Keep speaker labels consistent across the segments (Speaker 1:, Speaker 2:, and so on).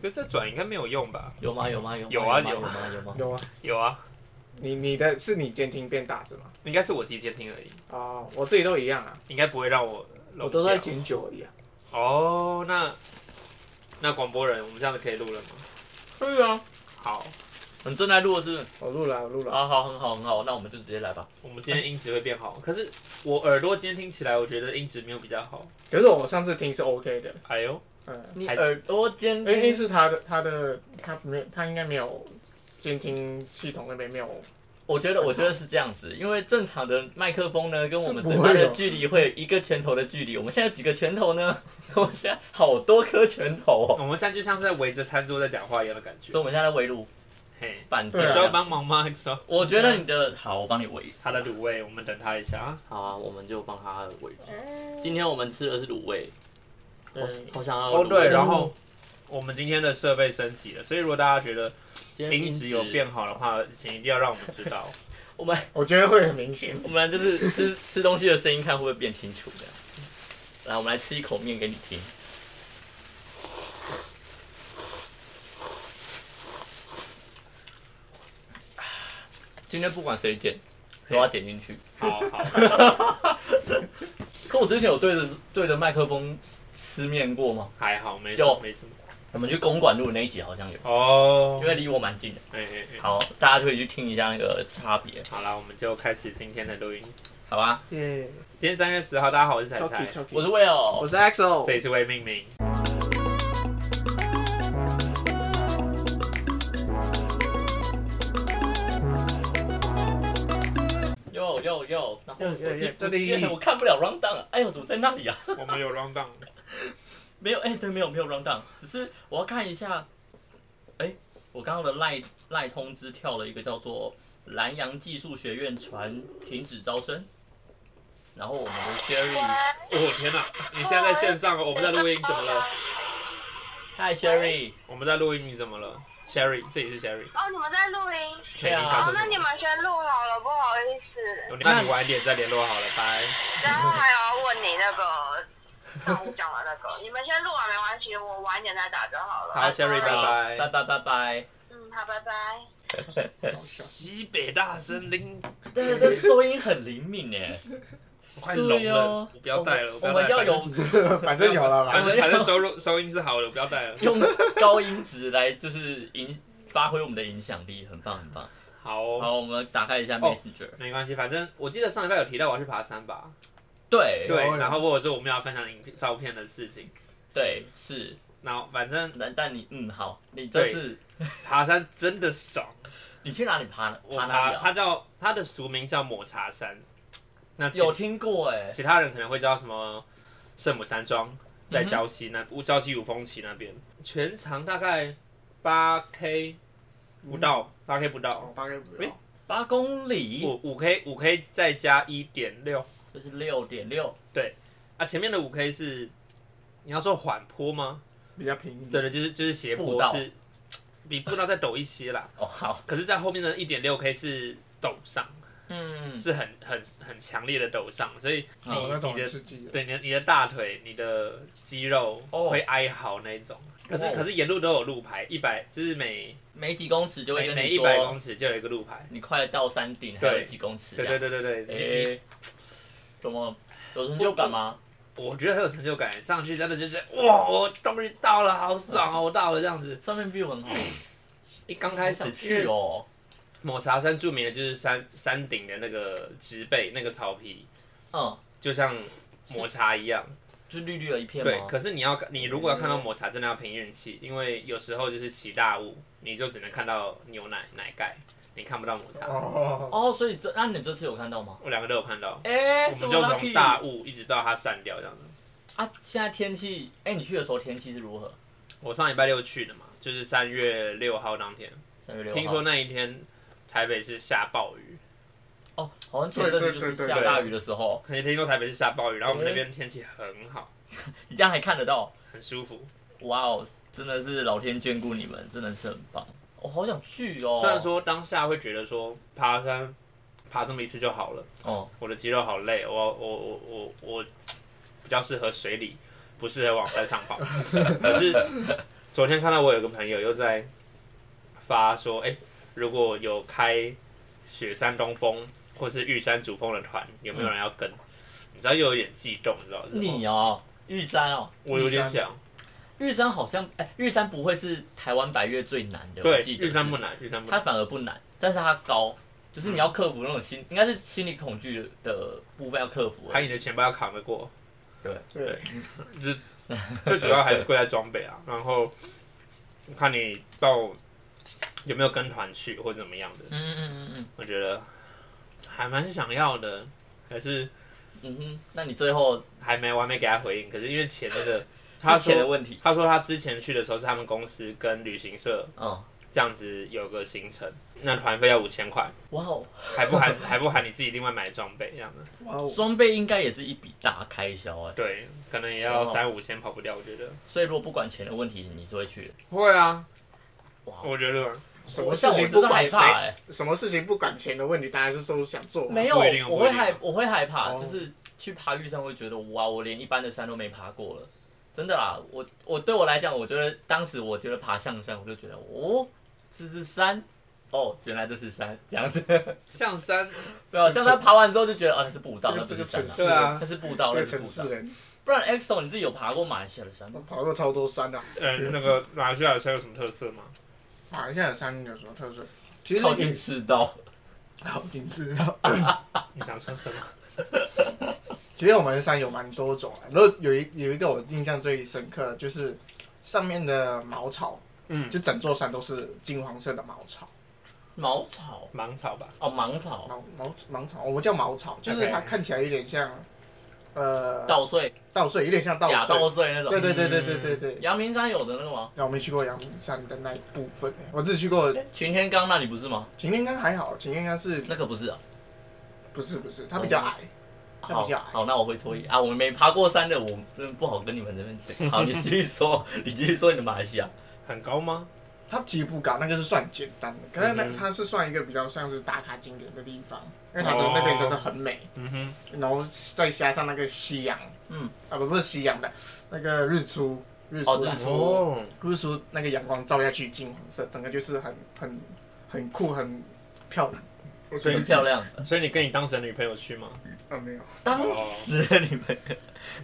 Speaker 1: 可是这转应该没有用吧？
Speaker 2: 有吗？有吗？有吗
Speaker 1: 有啊
Speaker 2: 有
Speaker 1: 有
Speaker 2: 吗？有吗？
Speaker 3: 有啊，
Speaker 1: 有啊，
Speaker 3: 你你的是你监听变大是吗？
Speaker 1: 应该是我自己监听而已，
Speaker 3: 哦，我自己都一样啊，
Speaker 1: 应该不会让我漏
Speaker 3: 我都在
Speaker 1: 掉
Speaker 3: 减九而已啊。
Speaker 1: 哦，那那广播人，我们这样子可以录了吗？
Speaker 3: 对啊，
Speaker 1: 好，
Speaker 2: 你正在录的是不是？
Speaker 3: 我录了啊，我录了啊。
Speaker 2: 啊，好，很好，很好，那我们就直接来吧。
Speaker 1: 我们今天音质会变好，可是我耳朵监听起来，我觉得音质没有比较好。
Speaker 3: 可是我上次听是 OK 的，
Speaker 1: 哎呦，
Speaker 3: 嗯，
Speaker 2: 你
Speaker 1: 还
Speaker 2: 耳朵监
Speaker 3: 因
Speaker 1: 哎
Speaker 3: 为
Speaker 2: 听，
Speaker 3: 是他的他的他没有他应该没有监听系统那边没有，
Speaker 2: 我觉得我觉得是这样子，因为正常的麦克风呢，跟我们
Speaker 3: 是
Speaker 2: 嘴
Speaker 3: 不会
Speaker 2: 巴的
Speaker 3: 有
Speaker 2: 距离会有一个拳头的距离。我们现在有几个拳头呢？ 我现在好多颗拳头哦。
Speaker 1: 我们现在就像是在围着餐桌在讲话一样的感
Speaker 2: 所以
Speaker 1: 觉。
Speaker 2: 我们现在在围炉
Speaker 1: 嘿，
Speaker 2: 板
Speaker 1: 你
Speaker 3: 对啊
Speaker 1: 需要帮忙吗？说
Speaker 2: 我觉得你的好，我帮你围。
Speaker 1: 他的卤味，我们等他一下啊。
Speaker 2: 好啊，我们就帮他围。今天我们吃的是卤味，
Speaker 3: 对
Speaker 2: 我，好想要
Speaker 1: 哦，对，
Speaker 3: 然
Speaker 1: 然
Speaker 3: 后
Speaker 1: 后我们今天的设备升级了，所以如果大家觉得音
Speaker 2: 音
Speaker 1: 质有，变好的 话，请一定要让我们知道。
Speaker 3: 我觉得会很明显。
Speaker 2: 我 们来就是吃吃东西的声音看会不会变清楚这样。来，我们来吃一口面给你听。今天不管谁剪，都要剪进去。
Speaker 1: 好好，
Speaker 2: 可我之前有对着对着麦克风吃面过吗？
Speaker 1: 还好，没什
Speaker 2: 有
Speaker 1: 么，没什么。
Speaker 2: 我们去公馆路那一集好像有，
Speaker 1: 哦
Speaker 2: 因，为离我蛮近的。
Speaker 1: 哎哎哎，
Speaker 2: 好，大家可以去听一下那个差别，
Speaker 1: 好啦，我们就开始今天的录音。
Speaker 2: 好吧？
Speaker 3: 耶
Speaker 1: 今天三月十号，大家好，我是彩
Speaker 3: ，Talkie
Speaker 1: 彩，
Speaker 3: Talkie，
Speaker 2: 我是 Will，
Speaker 3: 我是
Speaker 1: 这
Speaker 3: XO，
Speaker 1: 里是为命名。
Speaker 2: 哟哟哟，然后
Speaker 3: 哟
Speaker 2: 我手
Speaker 3: 哟
Speaker 2: 机
Speaker 3: 哟
Speaker 2: 不
Speaker 3: 这里
Speaker 2: 见，我看不了 round down 了。哎呦，怎么在那里啊？
Speaker 1: 我们有 round down，
Speaker 2: 没有，哎，对，没有没有 round down，只是我要看一下。哎，我刚刚的赖赖通知跳了一个叫做南洋技术学院传停止招生，然后我们的 Sherry，
Speaker 1: 哦天哪，你现在在线上，我们在录音，怎么了？
Speaker 2: 嗨 Sherry，
Speaker 1: 我们在录音，你怎么了？Sherry，这里是 Sherry，
Speaker 4: 哦，你们在录音？
Speaker 1: 嘿，
Speaker 2: 对啊
Speaker 1: 你想
Speaker 4: 哦
Speaker 1: 说，
Speaker 4: 那
Speaker 1: 什
Speaker 4: 你
Speaker 1: 么？
Speaker 4: 们先录好了，不好意 思。
Speaker 1: 那你晚一点再联络好了，拜。
Speaker 4: 然后还有要问你那个上午讲的那个，你们先录完没关系，我晚一点再打就好了。
Speaker 1: 好，Sherry，拜拜
Speaker 2: 拜拜拜拜。
Speaker 4: 嗯，好，拜拜。
Speaker 1: 西北大森林，
Speaker 2: 但是这收音很灵敏哎，
Speaker 1: 我快聋了，我不要带了，
Speaker 2: 哦我们要有
Speaker 3: 反正有了
Speaker 1: 反
Speaker 3: 嘛。
Speaker 1: 正反正收入收音是好的，不要带了。
Speaker 2: 用高音质来就是影发挥我们的影响力，很棒很棒。
Speaker 1: 好哦，
Speaker 2: 好，我们打开一下
Speaker 1: 哦
Speaker 2: Messenger。
Speaker 1: 没关系，反正我记得上礼拜有提到我要去爬山吧？
Speaker 2: 对
Speaker 1: 对，
Speaker 3: 有
Speaker 1: 然后或者说我们要分享影片照片的事情。
Speaker 2: 对是，
Speaker 1: 然后反正
Speaker 2: 但但你嗯好，你这次
Speaker 1: 爬山真的爽，
Speaker 2: 你去哪里爬呢？
Speaker 1: 我
Speaker 2: 爬哪
Speaker 1: 爬
Speaker 2: 里啊？
Speaker 1: 它叫它的俗名叫抹茶山，那其
Speaker 2: 有听过哎，
Speaker 1: 其他人可能会叫什么圣母山庄，在礁溪那乌礁溪五峰旗那边，全长大概八 K 不到，八 K 不到，
Speaker 3: 哦大概不
Speaker 1: 喂
Speaker 3: 用。
Speaker 2: 八公里，
Speaker 1: 五五 K 五 K 再加一点六。
Speaker 2: 这是六点六。
Speaker 1: 啊，前面的五 K 是你要说缓坡吗？
Speaker 3: 比较平一
Speaker 1: 对
Speaker 3: 点。
Speaker 1: 的，就是就是斜
Speaker 2: 嗯步
Speaker 1: 坡
Speaker 2: 道
Speaker 1: 是比步道再陡一些啦。
Speaker 2: 哦好，
Speaker 1: 可是，在后面的一点六 K 是陡上，
Speaker 2: 嗯，
Speaker 1: 是很很很强烈的陡上，所以你、
Speaker 3: 哦，那种
Speaker 1: 你
Speaker 3: 很
Speaker 1: 的
Speaker 3: 刺激的。
Speaker 1: 对你的你的大腿、你的肌肉
Speaker 2: 哦
Speaker 1: 会哀嚎那种。可是
Speaker 2: 哦
Speaker 1: 可是沿路都有路牌，一百就是每
Speaker 2: 每几公尺就会
Speaker 1: 每
Speaker 2: 跟
Speaker 1: 每
Speaker 2: 你
Speaker 1: 一百
Speaker 2: 说，
Speaker 1: 公尺就有一个路牌。
Speaker 2: 你快到山顶还
Speaker 1: 对
Speaker 2: 有几公尺
Speaker 1: 对
Speaker 2: 这
Speaker 1: 对对
Speaker 2: 样。
Speaker 1: 对对，你你
Speaker 2: 哎，怎么有成就感吗？
Speaker 1: 我觉得很有成就感，上去真的就是哇，我终于到了，好爽哦，我到了这样子。
Speaker 2: 上面 view 很好，
Speaker 1: 一刚嗯开
Speaker 2: 好
Speaker 1: 始
Speaker 2: 想去哦。
Speaker 1: 抹茶山著名的就是山山顶的那个植被那个草皮，
Speaker 2: 嗯，
Speaker 1: 就像抹茶一样。
Speaker 2: 就绿绿的一片
Speaker 1: 对，
Speaker 2: 吗？嗯
Speaker 1: 可是你要你如果要看到抹茶，真的要凭运气，因为有时候就是起大雾，你就只能看到牛奶奶盖，你看不到抹茶。
Speaker 3: 哦，
Speaker 2: 哦，所以这那你这次有看到吗？
Speaker 1: 我两个都有看到，
Speaker 2: 哎、
Speaker 1: 我
Speaker 2: 这
Speaker 1: 们
Speaker 2: 么
Speaker 1: 就
Speaker 2: lucky
Speaker 1: 从大雾一直到它散掉这样子。
Speaker 2: 啊，现在天气，哎、你去的时候天气是如何？
Speaker 1: 我上礼拜六去的嘛，就是三月六号当天，
Speaker 2: 三月六号。
Speaker 1: 听说那一天台北是下暴雨，
Speaker 2: 哦，好像前阵子就是下大雨的时候，
Speaker 1: 可以听说台北是下暴雨，然后我们那边天气很好，
Speaker 2: 你这样还看得到，
Speaker 1: 很舒服。
Speaker 2: 哇哦，真的是老天眷顾你们，真的是很棒。我、好想去哦。
Speaker 1: 虽然，说当下会觉得说爬山爬这么一次就好了，
Speaker 2: 哦，
Speaker 1: 我的肌肉好累，我我我我我比较适合水里，不适合往山上跑。可是昨天看到我有个朋友又在发说，哎、如果有开雪山东风或是玉山主峰的团，有没有人要跟？你知道又有点悸动，你知啊道是什么
Speaker 2: 你哦，玉山哦，
Speaker 1: 我有点想，
Speaker 2: 玉山好像哎、玉山不会是台湾百越最难的，
Speaker 1: 对
Speaker 2: 我，记得
Speaker 1: 玉山
Speaker 2: 是
Speaker 1: 不难，玉嗯山不
Speaker 2: 它
Speaker 1: 难，
Speaker 2: 反而不难，但是它高，就是你要克服那种心，应该是心理恐惧的部分要克服。
Speaker 1: 还有你的钱包要扛得过。
Speaker 3: 对，
Speaker 1: 就是 最主要还是贵在装备啊，然后看你到有没有跟团去或者怎么样的，
Speaker 2: 嗯嗯嗯嗯
Speaker 1: 我觉得还蛮想要的，可是
Speaker 2: 嗯哼，那你最后
Speaker 1: 还没我还没给他回应，可是因为钱那 个他
Speaker 2: 之前的
Speaker 1: 说
Speaker 2: 问题，
Speaker 1: 他说他之前去的时候是他们公司跟旅行社
Speaker 2: 嗯，
Speaker 1: 这样子有个行程，那团费要五千块，
Speaker 2: 哇哦，
Speaker 1: 还不含 还不含你自己另外买的装备这样的，
Speaker 3: 哇哦，
Speaker 2: 装备应该也是一笔大开销哎，
Speaker 1: 对，可能也要
Speaker 2: 哦
Speaker 1: 三五千跑不掉，我觉得
Speaker 2: 所以如果不管钱的问题，你是会去的。
Speaker 1: 会啊，
Speaker 2: 哇
Speaker 1: 我觉得
Speaker 3: 什么事
Speaker 2: 像我
Speaker 3: 情
Speaker 2: 就是
Speaker 3: 不管
Speaker 2: 害
Speaker 3: 谁
Speaker 2: 怕，哎，
Speaker 3: 什么事情不管钱的问题，大家是都想做。
Speaker 2: 没有，
Speaker 1: 不一定
Speaker 2: 我
Speaker 1: 不一
Speaker 2: 会
Speaker 1: 定啊
Speaker 2: 害我会害怕，
Speaker 3: 哦
Speaker 2: 就是去爬玉山会觉得哇，我连一般的山都没爬过了。真的啦，我我对我来讲，我觉得当时我觉得爬象山，我就觉得哦，这是山，哦，原来这是山，这样子。
Speaker 1: 象山
Speaker 2: 对啊，像他爬完之后就觉得，啊，那是步道，
Speaker 3: 这
Speaker 2: 那不
Speaker 3: 个这
Speaker 2: 是山
Speaker 3: 个
Speaker 2: 啊，
Speaker 3: 城市
Speaker 1: 对啊
Speaker 3: 人，
Speaker 2: 那是步道，那
Speaker 3: 这个
Speaker 2: 是啊
Speaker 3: 城
Speaker 2: 步
Speaker 3: 市
Speaker 2: 道。
Speaker 3: 人，
Speaker 2: 不然，XO，你自己有爬过马来西亚的山
Speaker 3: 我
Speaker 2: 吗？
Speaker 3: 跑过超多山的、啊。
Speaker 1: 呃，那个马来西亚的山有什么特色吗？
Speaker 3: 马来西亚的山啊有什么特色？其实
Speaker 2: 靠
Speaker 3: 也
Speaker 2: 近赤道，
Speaker 3: 靠近是，
Speaker 1: 你想说什么？
Speaker 3: 其实我们的山有蛮多种、啊。然后有一有一个我印象最深刻的，就是上面的茅草，
Speaker 1: 嗯，
Speaker 3: 就整座山都是金黄色的茅草。
Speaker 2: 茅草
Speaker 1: 芒草吧，
Speaker 2: 哦，芒草，
Speaker 3: 茅茅茅草，我们叫茅草，就是它
Speaker 1: OK
Speaker 3: 看起来有点像，呃，
Speaker 2: 稻穗，
Speaker 3: 稻穗，有点像稻
Speaker 2: 假
Speaker 3: 穗。
Speaker 2: 稻穗嗯那种。
Speaker 3: 对对对对对对对。
Speaker 2: 阳明山有的那个吗？
Speaker 3: 那我没去过阳明山的那一部分、我只去过
Speaker 2: 擎天岗那里不是吗？
Speaker 3: 擎天岗，还好，擎天岗是
Speaker 2: 那个不是啊。
Speaker 3: 不是不是，它比较矮，它
Speaker 2: 好
Speaker 3: 比较矮。
Speaker 2: 好，那我会错
Speaker 3: 嗯
Speaker 2: 意啊，我没爬过山的，我真的不好跟你们这边讲。好，你继续说，你继续说你的马来西亚。
Speaker 1: 很高吗？
Speaker 3: 它其实不高，那个是算简单的，可是那
Speaker 1: 嗯哼
Speaker 3: 它是算一个比较像是打卡景点的地方，因为它真的那边真的很美，
Speaker 1: 嗯哼，
Speaker 3: 然后再加上那个夕阳，
Speaker 2: 嗯，
Speaker 3: 啊不不是夕阳的，那个日出，日
Speaker 2: 哦
Speaker 3: 出
Speaker 2: 日
Speaker 3: 啦，
Speaker 2: 出
Speaker 1: 哦，
Speaker 3: 日出那个阳光照下去金黄色，整个就是很很很酷，很漂亮。我
Speaker 1: 所以
Speaker 2: 很漂亮。
Speaker 1: 所以你跟你当时的女朋友去吗？
Speaker 3: 啊没有，
Speaker 2: 当时的你们，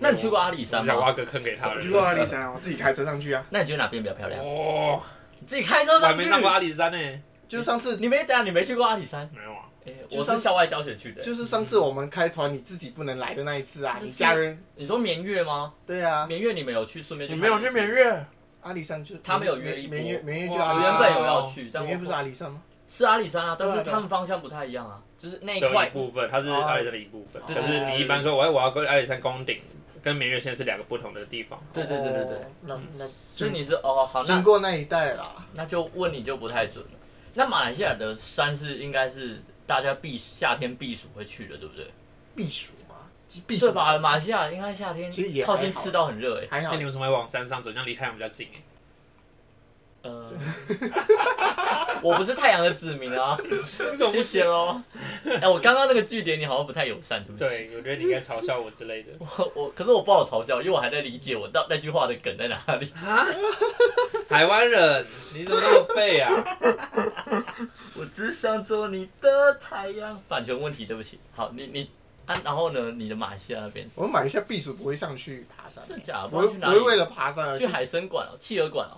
Speaker 2: 那你去过阿里山
Speaker 1: 我想
Speaker 2: 吗？
Speaker 1: 挖个坑给他
Speaker 3: 我去过阿里山啊，我自己开车上去啊，
Speaker 2: 那你觉得哪边比较漂亮？
Speaker 1: 哦，
Speaker 2: 你自己开车
Speaker 1: 我还
Speaker 2: 上
Speaker 1: 没
Speaker 2: 去。
Speaker 1: 上过阿里山呢。
Speaker 3: 就上次
Speaker 2: 你没等下，你没去过阿里山？
Speaker 1: 没有啊，
Speaker 2: 哎，
Speaker 3: 就
Speaker 2: 我
Speaker 3: 上
Speaker 2: 是校外教学去的。
Speaker 3: 就是上次我们开团你自己不能来的那一次啊，
Speaker 2: 那
Speaker 3: 你
Speaker 2: 是
Speaker 3: 家人
Speaker 2: 你说绵月吗？
Speaker 3: 对啊，
Speaker 2: 绵月你们有去，顺便
Speaker 1: 你
Speaker 2: 去。
Speaker 1: 没有去缅？月？
Speaker 3: 阿里山就
Speaker 2: 他们有约一波
Speaker 3: 绵月绵月就
Speaker 1: 哇
Speaker 3: 阿
Speaker 2: 我
Speaker 3: 里
Speaker 2: 原
Speaker 3: 山，
Speaker 2: 本有要去，但
Speaker 3: 啊绵
Speaker 2: 我
Speaker 3: 月不是阿里山吗？
Speaker 2: 是阿里山啊，但
Speaker 3: 对
Speaker 2: 是
Speaker 3: 啊对啊
Speaker 2: 他们方向不太一样啊，就是那一
Speaker 1: 有一
Speaker 2: 块。
Speaker 1: 部分，它是
Speaker 3: 哦
Speaker 1: 阿里山的一部分。
Speaker 3: 哦
Speaker 1: 可是你一般说，我要我要跟阿里山攻顶，跟明月县是两个不同的地方。
Speaker 2: 对对对对对
Speaker 3: 哦，，那那
Speaker 2: 所以你是哦好，那
Speaker 3: 经过那一带啦，
Speaker 2: 那就问你就不太准了。那马来西亚的山是应该是大家避夏天避暑会去的，对不对？
Speaker 3: 避暑嘛，避
Speaker 2: 对
Speaker 3: 暑
Speaker 2: 吧？马来西亚应该夏天
Speaker 3: 其实也还
Speaker 2: 靠
Speaker 3: 好
Speaker 2: 近赤道很热欸诶、
Speaker 3: 还好
Speaker 1: 那你，为什么会往山上走？这样离太阳比较近哎。
Speaker 2: 呃， 我不是太阳的子民 啊，
Speaker 1: 你怎么不
Speaker 2: 谢谢喽。哎、我刚刚那个据点你好像不太友善，对不起。
Speaker 1: 对，我觉得你应该嘲笑我之类的。
Speaker 2: 我我可是我不好嘲笑，因为我还在理解我到那句话的梗在哪里。
Speaker 1: 啊， 台湾人，你怎么那么废啊？
Speaker 2: 我只想做你的太阳。版权问题，对不起。好，你你啊，然后呢？你的马来西亚那边
Speaker 3: 我买一下避暑不会上去爬山，
Speaker 2: 真假的？不
Speaker 3: 我
Speaker 2: 知道去哪
Speaker 3: 会我会为
Speaker 2: 里？
Speaker 3: 了爬山而
Speaker 2: 去
Speaker 3: 去，
Speaker 2: 海参馆哦，企鹅馆哦。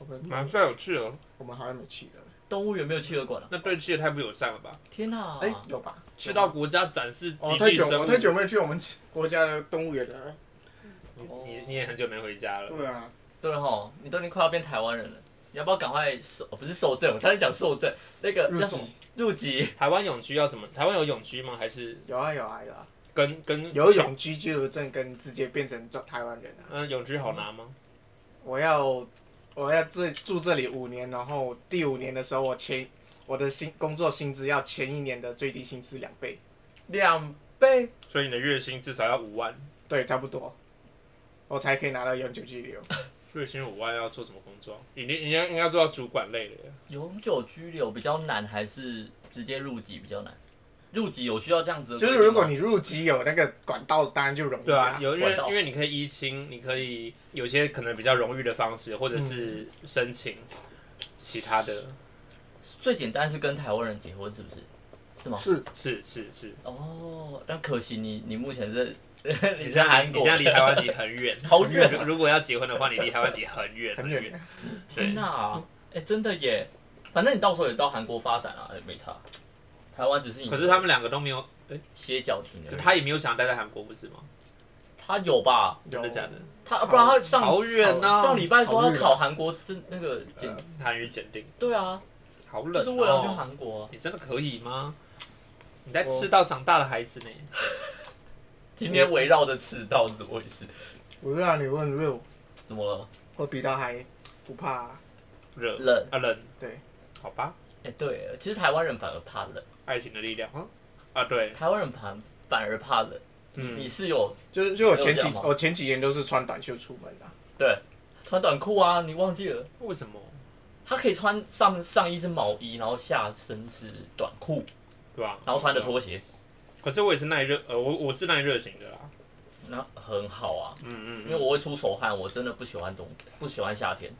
Speaker 3: 我们
Speaker 1: 蛮帅有趣哦，
Speaker 3: 我们好像没去的，
Speaker 2: 动物园没有企鹅馆了、
Speaker 1: 那对企鹅太不友善了吧？
Speaker 2: 天哪、
Speaker 3: 哎，有吧？
Speaker 1: 去到国家展示极
Speaker 3: 哦，太
Speaker 1: 地
Speaker 3: 久
Speaker 1: 生
Speaker 3: 我
Speaker 1: 物，
Speaker 3: 太久没有去我们国家的动物园了，
Speaker 1: 你你你也很久没回家了。
Speaker 3: 对啊，
Speaker 2: 对哈，你都已经快要变台湾人了，你要不要赶快受？哦、不是受证，我差点讲受证，那个
Speaker 3: 入
Speaker 2: 叫什么
Speaker 3: 籍
Speaker 2: 入籍？
Speaker 1: 台湾泳区要怎么？台湾有泳区吗？还是
Speaker 3: 有啊有啊有啊，
Speaker 1: 跟跟
Speaker 3: 有？泳居居留证跟直接变成台湾人啊。
Speaker 1: 嗯、泳区好拿吗？
Speaker 3: 我要我要这住这里五年，然后第五年的时候，我前我的薪工作薪资要前一年的最低薪资两倍，
Speaker 2: 两倍
Speaker 1: 所以你的月薪至少要五万，
Speaker 3: 对，差不多，我才可以拿到永久居留。
Speaker 1: 月薪五万要做什么工作？你你你要应该做到主管类的耶。
Speaker 2: 永久居留比较难，还是直接入籍比较难？入籍有需要这样子的规
Speaker 3: 就
Speaker 2: 定
Speaker 3: 是
Speaker 2: 呃吗？
Speaker 3: 如果你入籍有那个管道，当然就容易
Speaker 1: 对啊，有因为
Speaker 2: 管道
Speaker 1: 因为你可以依亲，你可以有些可能比较荣誉的方式，或者是申请其他的，
Speaker 2: 最简单是跟台湾人结婚，是不是？是吗？
Speaker 3: 是
Speaker 1: 是是是，
Speaker 2: 哦，但可惜你你目前是
Speaker 1: 你
Speaker 2: 你
Speaker 1: 现
Speaker 2: 是
Speaker 1: 在
Speaker 2: 韩
Speaker 1: 离
Speaker 2: 国
Speaker 1: 你现在离台湾籍很远，
Speaker 2: 好远 哦
Speaker 1: 如如果要结婚的话，你离台湾籍很远
Speaker 3: 很
Speaker 1: 很
Speaker 3: 远
Speaker 1: 远。对
Speaker 2: 天哪、哎、真的耶！反正你到时候也到韩国发展啊，也没差。台湾只是你，
Speaker 1: 可是他们两个都没有，哎，
Speaker 2: 歇脚亭而已。
Speaker 1: 他也没有想待在韩国，不是吗？
Speaker 2: 他有吧？
Speaker 3: 有
Speaker 1: 真的假的？
Speaker 2: 他不然他上
Speaker 1: 好远啊
Speaker 2: 上礼拜说
Speaker 3: 好
Speaker 2: 要
Speaker 3: 远
Speaker 2: 考韩国真那个检，
Speaker 1: 韩语检定，
Speaker 2: 对啊，
Speaker 1: 好冷、
Speaker 2: 就
Speaker 1: 哦。
Speaker 2: 是为了要去韩国啊、
Speaker 1: 你真的可以吗？你在吃到长大的孩子呢？
Speaker 2: 今天围绕着赤道是怎么回事？
Speaker 3: 我就让你问 Will，
Speaker 2: 怎么了？
Speaker 3: 我比他还不怕啊、
Speaker 1: 热
Speaker 2: 冷
Speaker 1: 啊冷，
Speaker 3: 对，
Speaker 1: 好吧，
Speaker 2: 哎、对，其实台湾人反而怕冷，
Speaker 1: 爱情的力量啊啊对，
Speaker 2: 台湾人反反而怕冷。
Speaker 1: 嗯
Speaker 2: 你，是有
Speaker 3: 就是就我前
Speaker 2: 没有这样
Speaker 3: 几
Speaker 2: 吗
Speaker 3: 我前几年都是穿短袖出门的、啊，
Speaker 2: 对穿短裤啊？你忘记了？
Speaker 1: 为什么？
Speaker 2: 他可以穿上上衣是毛衣，然后下身是短裤，
Speaker 1: 对吧？
Speaker 2: 然后穿着拖鞋，
Speaker 1: 可是我也是耐热，呃，我我是耐热型的啦。
Speaker 2: 那很好啊。
Speaker 1: 嗯嗯，
Speaker 2: 因为我会出手汗，我真的不喜欢冬，不喜欢夏天。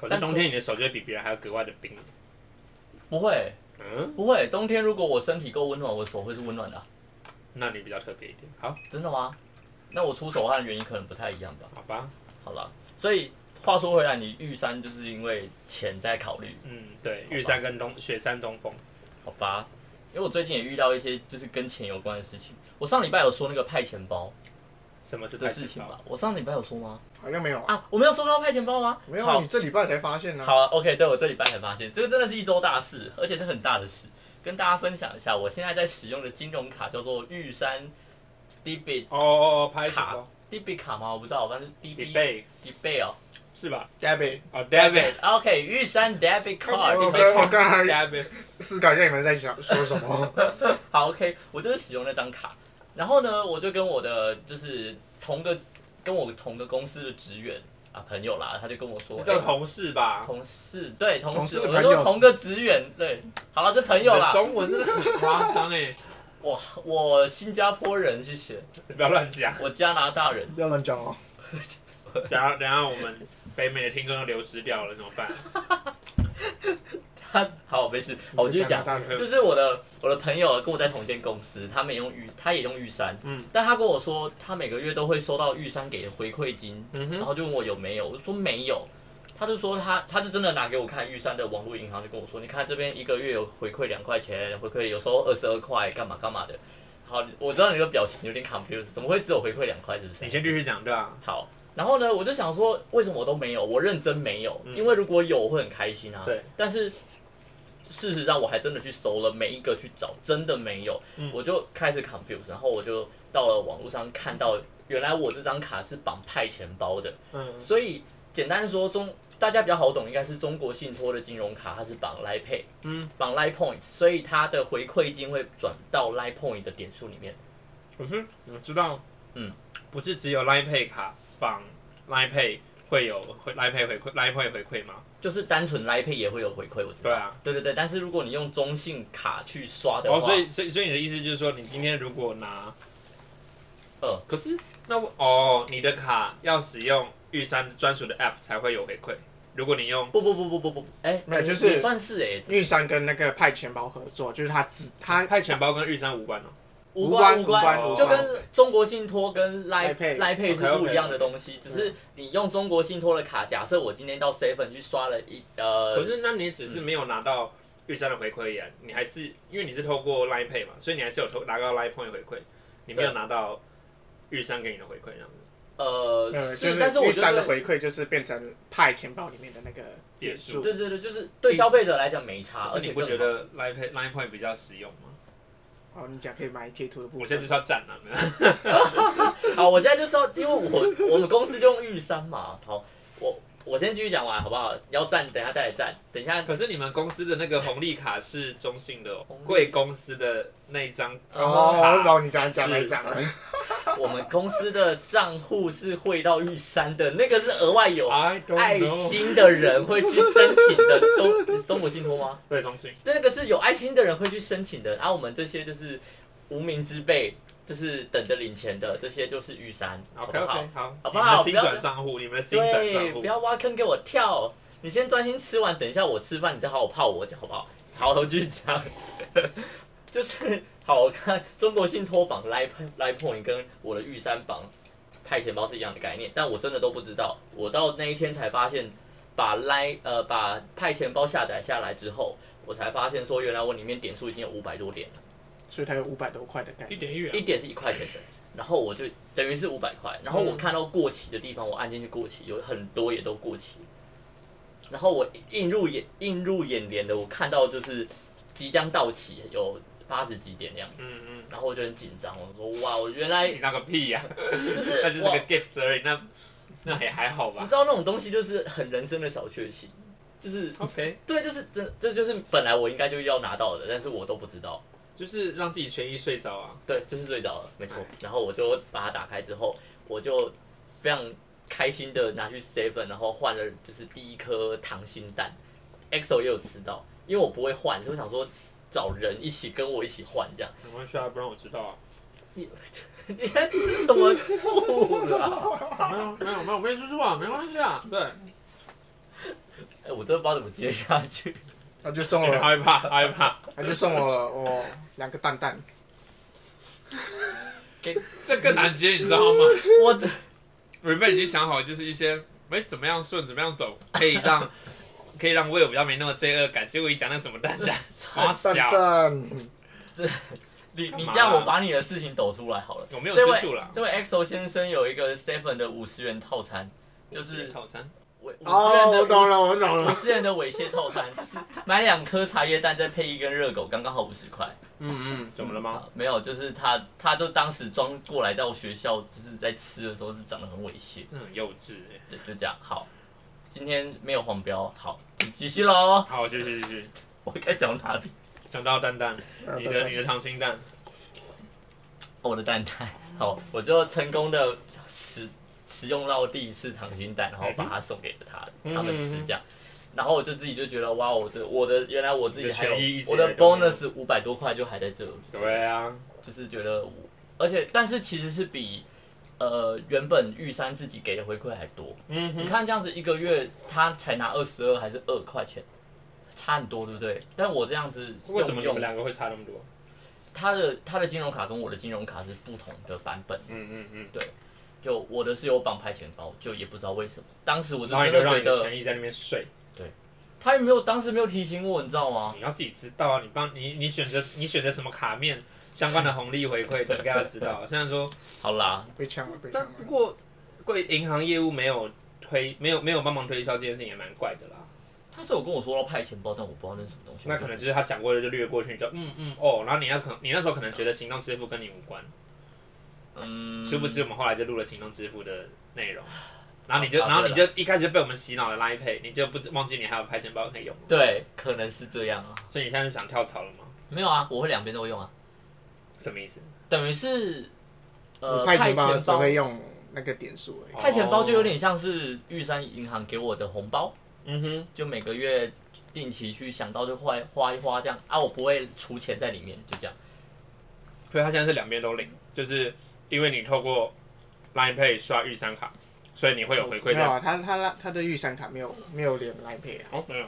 Speaker 1: 可是冬天你的手就会比别人还要格外的冰。
Speaker 2: 不会，
Speaker 1: 嗯，
Speaker 2: 不会，冬天如果我身体够温暖，我手会是温暖的啊、
Speaker 1: 那你比较特别一点。好，
Speaker 2: 真的吗？那我出手汗的原因可能不太一样吧。
Speaker 1: 好吧，
Speaker 2: 好了，所以话说回来，你玉山就是因为钱在考虑，
Speaker 1: 嗯，对，玉山跟东雪山东风，
Speaker 2: 好吧？因为我最近也遇到一些就是跟钱有关的事情。我上礼拜有说那个派钱包
Speaker 1: 什么是
Speaker 2: 的
Speaker 1: 太
Speaker 2: 事
Speaker 1: 极
Speaker 2: 情
Speaker 1: 包？
Speaker 2: 吧？我上礼拜有说吗？
Speaker 3: 好像没有啊，
Speaker 2: 啊，我没有说到派钱包吗？
Speaker 3: 没有啊，
Speaker 2: 好
Speaker 3: 你这礼拜才发现呢、啊
Speaker 2: 好、o k 对我这礼拜才发现，这个真的是一周大事，而且是很大的事，跟大家分享一下，我现在在使用的金融卡叫做玉山 DB
Speaker 1: 哦哦哦，拍什
Speaker 2: 卡
Speaker 1: 么？
Speaker 2: ，DB 卡吗？我不知道，反正 DB
Speaker 1: 李贝
Speaker 2: DB 哦啊
Speaker 1: 是吧？
Speaker 3: Debbie，
Speaker 1: 哦，David。
Speaker 2: ，OK，玉山 debit
Speaker 3: 我
Speaker 2: card，
Speaker 3: 刚我
Speaker 2: debit
Speaker 3: 刚才
Speaker 1: David，
Speaker 3: 思考一下你们在想说什么。
Speaker 2: 好，OK，我就是使用那张卡，然后呢，我就跟我的就是同个跟我同个公司的职员啊朋友啦，他就跟我说，
Speaker 1: 叫
Speaker 2: 哎
Speaker 1: 同事吧。
Speaker 2: 同事对同
Speaker 3: 同
Speaker 2: 事，
Speaker 3: 事的
Speaker 2: 我
Speaker 3: 朋
Speaker 2: 说
Speaker 3: 友
Speaker 2: 同个职员对，好了，这朋友啦
Speaker 1: 你的，中文真的很夸张哎！
Speaker 2: 哇，我新加坡人，谢谢。
Speaker 1: 你不要乱讲，
Speaker 2: 我加拿大人，
Speaker 3: 不要乱讲哦，
Speaker 1: 等下等下我们北美的听众要流失掉了，怎么办？
Speaker 2: 他好没事，
Speaker 1: 哦
Speaker 2: 好我继续讲。
Speaker 3: 大
Speaker 1: 人
Speaker 2: 就是我的我的朋友跟我在同间公司，他们也用玉，他也用玉山，
Speaker 1: 嗯
Speaker 2: 但他跟我说他每个月都会收到玉山给的回馈金，
Speaker 1: 嗯
Speaker 2: 然
Speaker 1: 哼，
Speaker 2: 后就问我有没有，我就说没有，他就说他他就真的拿给我看玉山的网络银行，就跟我说，你看这边一个月有回馈两块钱，回馈有时候二十二块，干嘛干嘛的。好，我知道你的表情有点 confused，怎么会只有回馈两块？是不是？
Speaker 1: 你先继续讲对吧？
Speaker 2: 好，然后呢，我就想说，为什么我都没有？我认真没有，
Speaker 1: 嗯
Speaker 2: 因为如果有，我会很开心啊。
Speaker 1: 对，
Speaker 2: 但是事实上，我还真的去搜了每一个去找，真的没有，
Speaker 1: 嗯
Speaker 2: 我就开始 confuse，然后我就到了网络上看到，原来我这张卡是绑派钱包的，
Speaker 1: 嗯
Speaker 2: 所以简单说中。大家比较好懂，应该是中国信托的金融卡，它是绑 Line Pay，
Speaker 1: 嗯，
Speaker 2: 绑 Line Point，所以它的回馈金会转到 Line Point 的点数里面。
Speaker 1: 可是我知道，
Speaker 2: 嗯，
Speaker 1: 不是只有 Line Pay 卡绑 Line Pay 会有回 Line Pay 回馈 Line Pay 回馈吗？
Speaker 2: 就是单纯 Line Pay 也会有回馈，我知道。
Speaker 1: 对啊。
Speaker 2: 对对对，但是如果你用中信卡去刷的话，
Speaker 1: 哦，所以所以所以你的意思就是说，你今天如果拿，
Speaker 2: 嗯，
Speaker 1: 可是那我哦，你的卡要使用玉山专属的 App 才会有回馈。如果你用
Speaker 2: 不不不不不不，哎，
Speaker 3: 没有
Speaker 2: 你
Speaker 3: 就是
Speaker 2: 你算是哎，
Speaker 3: 玉山跟那个派钱包合作，就是他只他
Speaker 1: 派钱包跟玉山无关哦，
Speaker 2: 无
Speaker 3: 无
Speaker 2: 关
Speaker 3: 关
Speaker 2: 无
Speaker 3: 无
Speaker 1: 关无关
Speaker 2: 就跟中国信托跟 Line
Speaker 3: Line Pay
Speaker 2: 赖配是
Speaker 1: OK，OK，嗯
Speaker 2: 不一样的东西，只是你用中国信托的卡，假设我今天到 Seven 去刷了一呃
Speaker 1: 可，是那你只是没有拿到玉山的回馈呀、你还是因为你是透过 Line Pay 嘛，所以你还是有透拿到 Line Point 回馈，你没有
Speaker 2: 对
Speaker 1: 拿到玉山给你的回馈这样子。
Speaker 2: 呃，
Speaker 3: 呃，就是
Speaker 2: 但是我
Speaker 3: 玉
Speaker 2: 觉
Speaker 3: 山的
Speaker 2: 得。
Speaker 3: 回馈就是变成派钱包里面的那个点数，
Speaker 2: 对对对，就是对消费者来讲没差，
Speaker 1: 可
Speaker 2: 啊而
Speaker 1: 是
Speaker 2: 且
Speaker 1: 你不
Speaker 2: 更
Speaker 1: 觉
Speaker 2: 好
Speaker 1: 得 Line Pay Line Point 比较实用吗？
Speaker 3: 哦，你讲可以买贴图的部
Speaker 1: 我现在
Speaker 3: 分
Speaker 1: 就。是要站了，没有
Speaker 2: 好，我现在就是要，因为我我们公司就用玉山嘛，好，我我先继续讲完好不好？要站等一下再来站，等一下
Speaker 1: 可是你们公司的那个红利卡是中信的、哦
Speaker 2: 红利，
Speaker 1: 贵公司的那一张
Speaker 3: 哦，
Speaker 1: 卡
Speaker 3: 我懂你讲讲来讲了，
Speaker 2: 我们公司的账户是汇到玉山的，那个是额外有
Speaker 1: ，I don't
Speaker 2: 爱
Speaker 1: know，
Speaker 2: 心的人会去申请的中中国信托吗？
Speaker 1: 对中信，
Speaker 2: 那个是有爱心的人会去申请的，而、我们这些就是无名之辈，就是等着领钱的，这些就是玉山好
Speaker 1: OK
Speaker 2: 不好
Speaker 1: OK，好，
Speaker 2: 好不
Speaker 1: 你们
Speaker 2: 好
Speaker 1: 的新转账户，你们的新转账
Speaker 2: 对，
Speaker 1: 户
Speaker 2: 不，要挖坑给我跳，你先专心吃完，等一下我吃饭，你再好好泡我讲好不好？好，我继续讲， 就是好我看中国信托榜 Line Line Point 跟我的玉山榜派钱包是一样的概念，但我真的都不知道，我到那一天才发现，把 Line 呃把派钱包下载下来之后，我才发现说原来我里面点数已经有五百多点了，
Speaker 3: 所以它有五百多块的概
Speaker 1: 一
Speaker 3: 念。
Speaker 1: 点一元
Speaker 2: 一，点是一块钱的。然后我就等于是五百块，然后我看到过期的地方，我按进去过期，有很多也都过期。然后我映入眼映入眼帘的，我看到就是即将到期，有八十几点那样子，
Speaker 1: 嗯嗯。
Speaker 2: 然后我就很紧张，我说哇，我 原来
Speaker 1: 紧张个屁呀、
Speaker 2: 就
Speaker 1: 那
Speaker 2: 是
Speaker 1: 就是
Speaker 2: 哇
Speaker 1: 个 gift 而已，那那也还好
Speaker 2: 你
Speaker 1: 吧
Speaker 2: 知。道那种东西就是很人生的小确幸，就是
Speaker 1: OK，
Speaker 2: 对，就是这这就是本来我应该就要拿到的，但是我都不知道。
Speaker 1: 就是让自己权益睡着啊。
Speaker 2: 对，就是最早了，没
Speaker 1: 哎
Speaker 2: 错。然后我就把它打开之后，我就非常开心的拿去 seven，然后换了就是第一颗溏心蛋，EXO 也有吃到，因为我不会换，所以我想说找人一起跟我一起换这样。
Speaker 1: 没关系啊，不让我知道啊。
Speaker 2: 你在吃什么醋啊啦？
Speaker 1: 没有没有没有，我跟你说实话，没关系啊。对，
Speaker 2: 哎、我真的不知道怎么接下去。
Speaker 3: 他就送
Speaker 1: 好
Speaker 3: 我，
Speaker 1: 害怕，好害怕。
Speaker 3: 他就送我了我两个蛋蛋。
Speaker 1: 这更难接，你知道吗？
Speaker 2: 我这
Speaker 1: 原本已经想好，就是一些哎怎么样顺，怎么样走，可以让可以让 Will 比较没那么罪恶感。结果一讲那什么蛋 蛋，好
Speaker 3: 蛋
Speaker 1: 小，嗯
Speaker 3: 蛋，
Speaker 2: 你
Speaker 1: 哎干
Speaker 2: 你
Speaker 1: 嘛啊
Speaker 2: 这样，我把你的事情抖出来好了。
Speaker 1: 我没有
Speaker 2: 这
Speaker 1: 吃
Speaker 2: 位
Speaker 1: 醋啦。
Speaker 2: 这位 EXO 先生有一个 seven 的五十元套餐，就
Speaker 1: 这
Speaker 2: 是
Speaker 1: 套餐，
Speaker 2: 五五十元
Speaker 3: 哦，
Speaker 2: 的
Speaker 3: 我懂了，
Speaker 2: 50
Speaker 3: 我 懂
Speaker 2: 五
Speaker 3: 了。
Speaker 2: 十元的猥亵套餐，就是买两颗茶叶蛋，再配一根热狗，刚刚好五十块。
Speaker 1: 嗯嗯，怎么了吗？
Speaker 2: 啊没有，就是他，他就当时装过来到学校，就是在吃的时候是长得很猥亵，
Speaker 1: 嗯，很幼稚哎。
Speaker 2: 对，就这样。好，今天没有黄标，好，你继续喽。
Speaker 1: 好，继续继续，
Speaker 2: 我该讲哪里？
Speaker 1: 讲到蛋蛋，
Speaker 3: 啊
Speaker 1: 你
Speaker 3: 蛋
Speaker 1: 的
Speaker 3: 蛋
Speaker 1: 你的溏心蛋，
Speaker 2: 哦我的蛋蛋，好，我就成功的使使用到第一次溏心蛋，然后把它送给了他，
Speaker 1: 嗯
Speaker 2: 他们吃这样。然后我就自己就觉得哇，我的我的原来我自己还
Speaker 1: 你的权益一
Speaker 2: 有
Speaker 1: 直
Speaker 2: 我
Speaker 1: 以来
Speaker 2: 的
Speaker 1: 都没有
Speaker 2: bonus 五百多块就还在这，我就觉得
Speaker 1: 对啊，
Speaker 2: 就是觉得我，而且但是其实是比呃原本玉山自己给的回馈还多。
Speaker 1: 嗯
Speaker 2: 你
Speaker 1: 哼，
Speaker 2: 看这样子一个月他才拿二十二还是二块钱，差很多，对不对？但我这样子
Speaker 1: 为什么你们
Speaker 2: 用用
Speaker 1: 两个会差那么多？
Speaker 2: 他的他的金融卡跟我的金融卡是不同的版本，
Speaker 1: 嗯嗯嗯。
Speaker 2: 就我的是有绑拍钱包，就也不知道为什么。当时我就
Speaker 1: 然后你
Speaker 2: 真
Speaker 1: 就
Speaker 2: 的
Speaker 1: 让
Speaker 2: 觉
Speaker 1: 你的
Speaker 2: 得
Speaker 1: 权益在那边睡，
Speaker 2: 他也没有当时没有提醒我，你知道吗？
Speaker 1: 你要自己知道啊！你帮你你选择你选择什么卡面相关的红利回馈，你应该要知道。啊虽然说，
Speaker 2: 好啦，
Speaker 3: 被抢了，被抢
Speaker 1: 但
Speaker 3: 了。
Speaker 1: 不过贵银行业务没有推没有没有帮忙推销这件事情也蛮怪的啦。
Speaker 2: 他是有跟我说要派钱包，但我不知道那是什么东西。
Speaker 1: 那可能就是他讲过的就略过去，你就嗯嗯哦，然后你那可你那时候可能觉得行动支付跟你无关，
Speaker 2: 嗯，
Speaker 1: 殊不知我们后来就录了行动支付的内容。然后你就，
Speaker 2: 啊
Speaker 1: 然后你
Speaker 2: 对
Speaker 1: 就一开始就被我们洗脑了 Line Pay，你就不知忘记你还有拍钱包可以用，
Speaker 2: 对，可能是这样啊。
Speaker 1: 所以你现在是想跳槽了吗？
Speaker 2: 没有啊，我会两边都用啊。
Speaker 1: 什么意思？
Speaker 2: 等于是呃
Speaker 3: 我
Speaker 2: 派
Speaker 3: 派钱包
Speaker 2: 钱
Speaker 3: 只会用那个点数而已。
Speaker 2: 派钱包
Speaker 1: 哦
Speaker 2: 就有点像是玉山银行给我的红包，
Speaker 1: 嗯哼，
Speaker 2: 就每个月定期去想到就花花一花这样啊，我不会出钱在里面，就这样。
Speaker 1: 所以他现在是两边都领，就是因为你透过 Line Pay 刷玉山卡，所以你会有回
Speaker 3: 没
Speaker 1: 馈
Speaker 3: 有
Speaker 1: 掉。
Speaker 3: 啊，他他他的预算卡没有没有连来配啊，
Speaker 1: 哦，没有，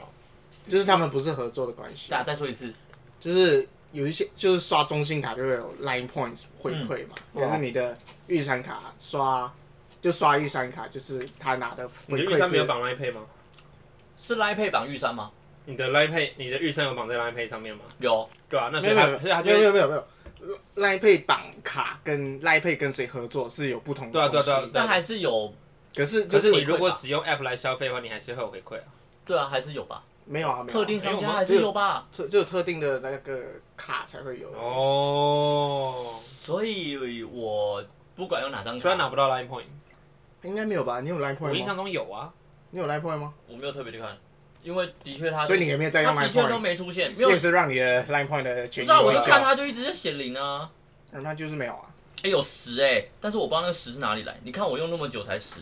Speaker 3: 就是他们不是合作的关系
Speaker 2: 大，家再说一次，
Speaker 3: 就是有一些就是刷中信卡就会有 Line Points 回馈嘛，
Speaker 1: 嗯
Speaker 3: 可是你的预算卡刷就刷预算卡，就是他拿的
Speaker 1: 你
Speaker 3: 回
Speaker 1: 的玉
Speaker 3: 馈
Speaker 1: 山没有
Speaker 3: 是
Speaker 1: 绑 Line Pay 吗？
Speaker 2: 是来配绑玉山吗？
Speaker 1: 你的 Line Pay，你的玉山有绑在 Line Pay 上面吗？
Speaker 2: 有，
Speaker 1: 对啊，那所
Speaker 3: 没
Speaker 1: 以
Speaker 3: 有
Speaker 1: 他，
Speaker 3: 没有
Speaker 1: 所以他
Speaker 3: 没有没
Speaker 1: 就
Speaker 3: 有没有没有 Line Pay 绑卡跟 Line Pay 跟谁合作是有不同
Speaker 1: 对啊对
Speaker 3: 的
Speaker 1: 啊
Speaker 3: 东西
Speaker 1: 对啊，对
Speaker 2: 但
Speaker 1: 啊。
Speaker 2: 还是有，
Speaker 3: 可是就
Speaker 1: 可
Speaker 3: 是
Speaker 1: 是你如果
Speaker 2: 回馈吧
Speaker 1: 使用 App 来消费的话，你还是会有回馈啊。
Speaker 2: 对啊，还是有吧，
Speaker 3: 没有啊，没有啊
Speaker 2: 特定商
Speaker 1: 没有
Speaker 2: 家
Speaker 1: 吗
Speaker 2: 还是有吧。
Speaker 3: 特就有特定的那个卡才会有。
Speaker 1: 哦，
Speaker 2: 所以我不管用哪张
Speaker 1: 虽然拿
Speaker 2: 卡，
Speaker 1: 不到 Line Point，
Speaker 3: 应该没有吧？你有 Line
Speaker 1: 我印
Speaker 3: Point 吗？
Speaker 1: 象中有啊，
Speaker 3: 你有 Line Point 吗？
Speaker 2: 我没有特别去看，因为的确他，
Speaker 3: 所以你也没有在用
Speaker 2: 他
Speaker 3: Line
Speaker 2: 的确都
Speaker 3: Point，
Speaker 2: 没出现，没
Speaker 3: 你
Speaker 2: 有，
Speaker 3: 也
Speaker 2: 不
Speaker 3: 是让你的 Line Point 的权益
Speaker 2: 知道我就
Speaker 3: 失
Speaker 2: 看
Speaker 3: 效，
Speaker 2: 他就一直在显灵啊，
Speaker 3: 嗯他就是没有啊。
Speaker 2: 哎、有十哎、但是我不知道那个十是哪里来，你看我用那么久才十，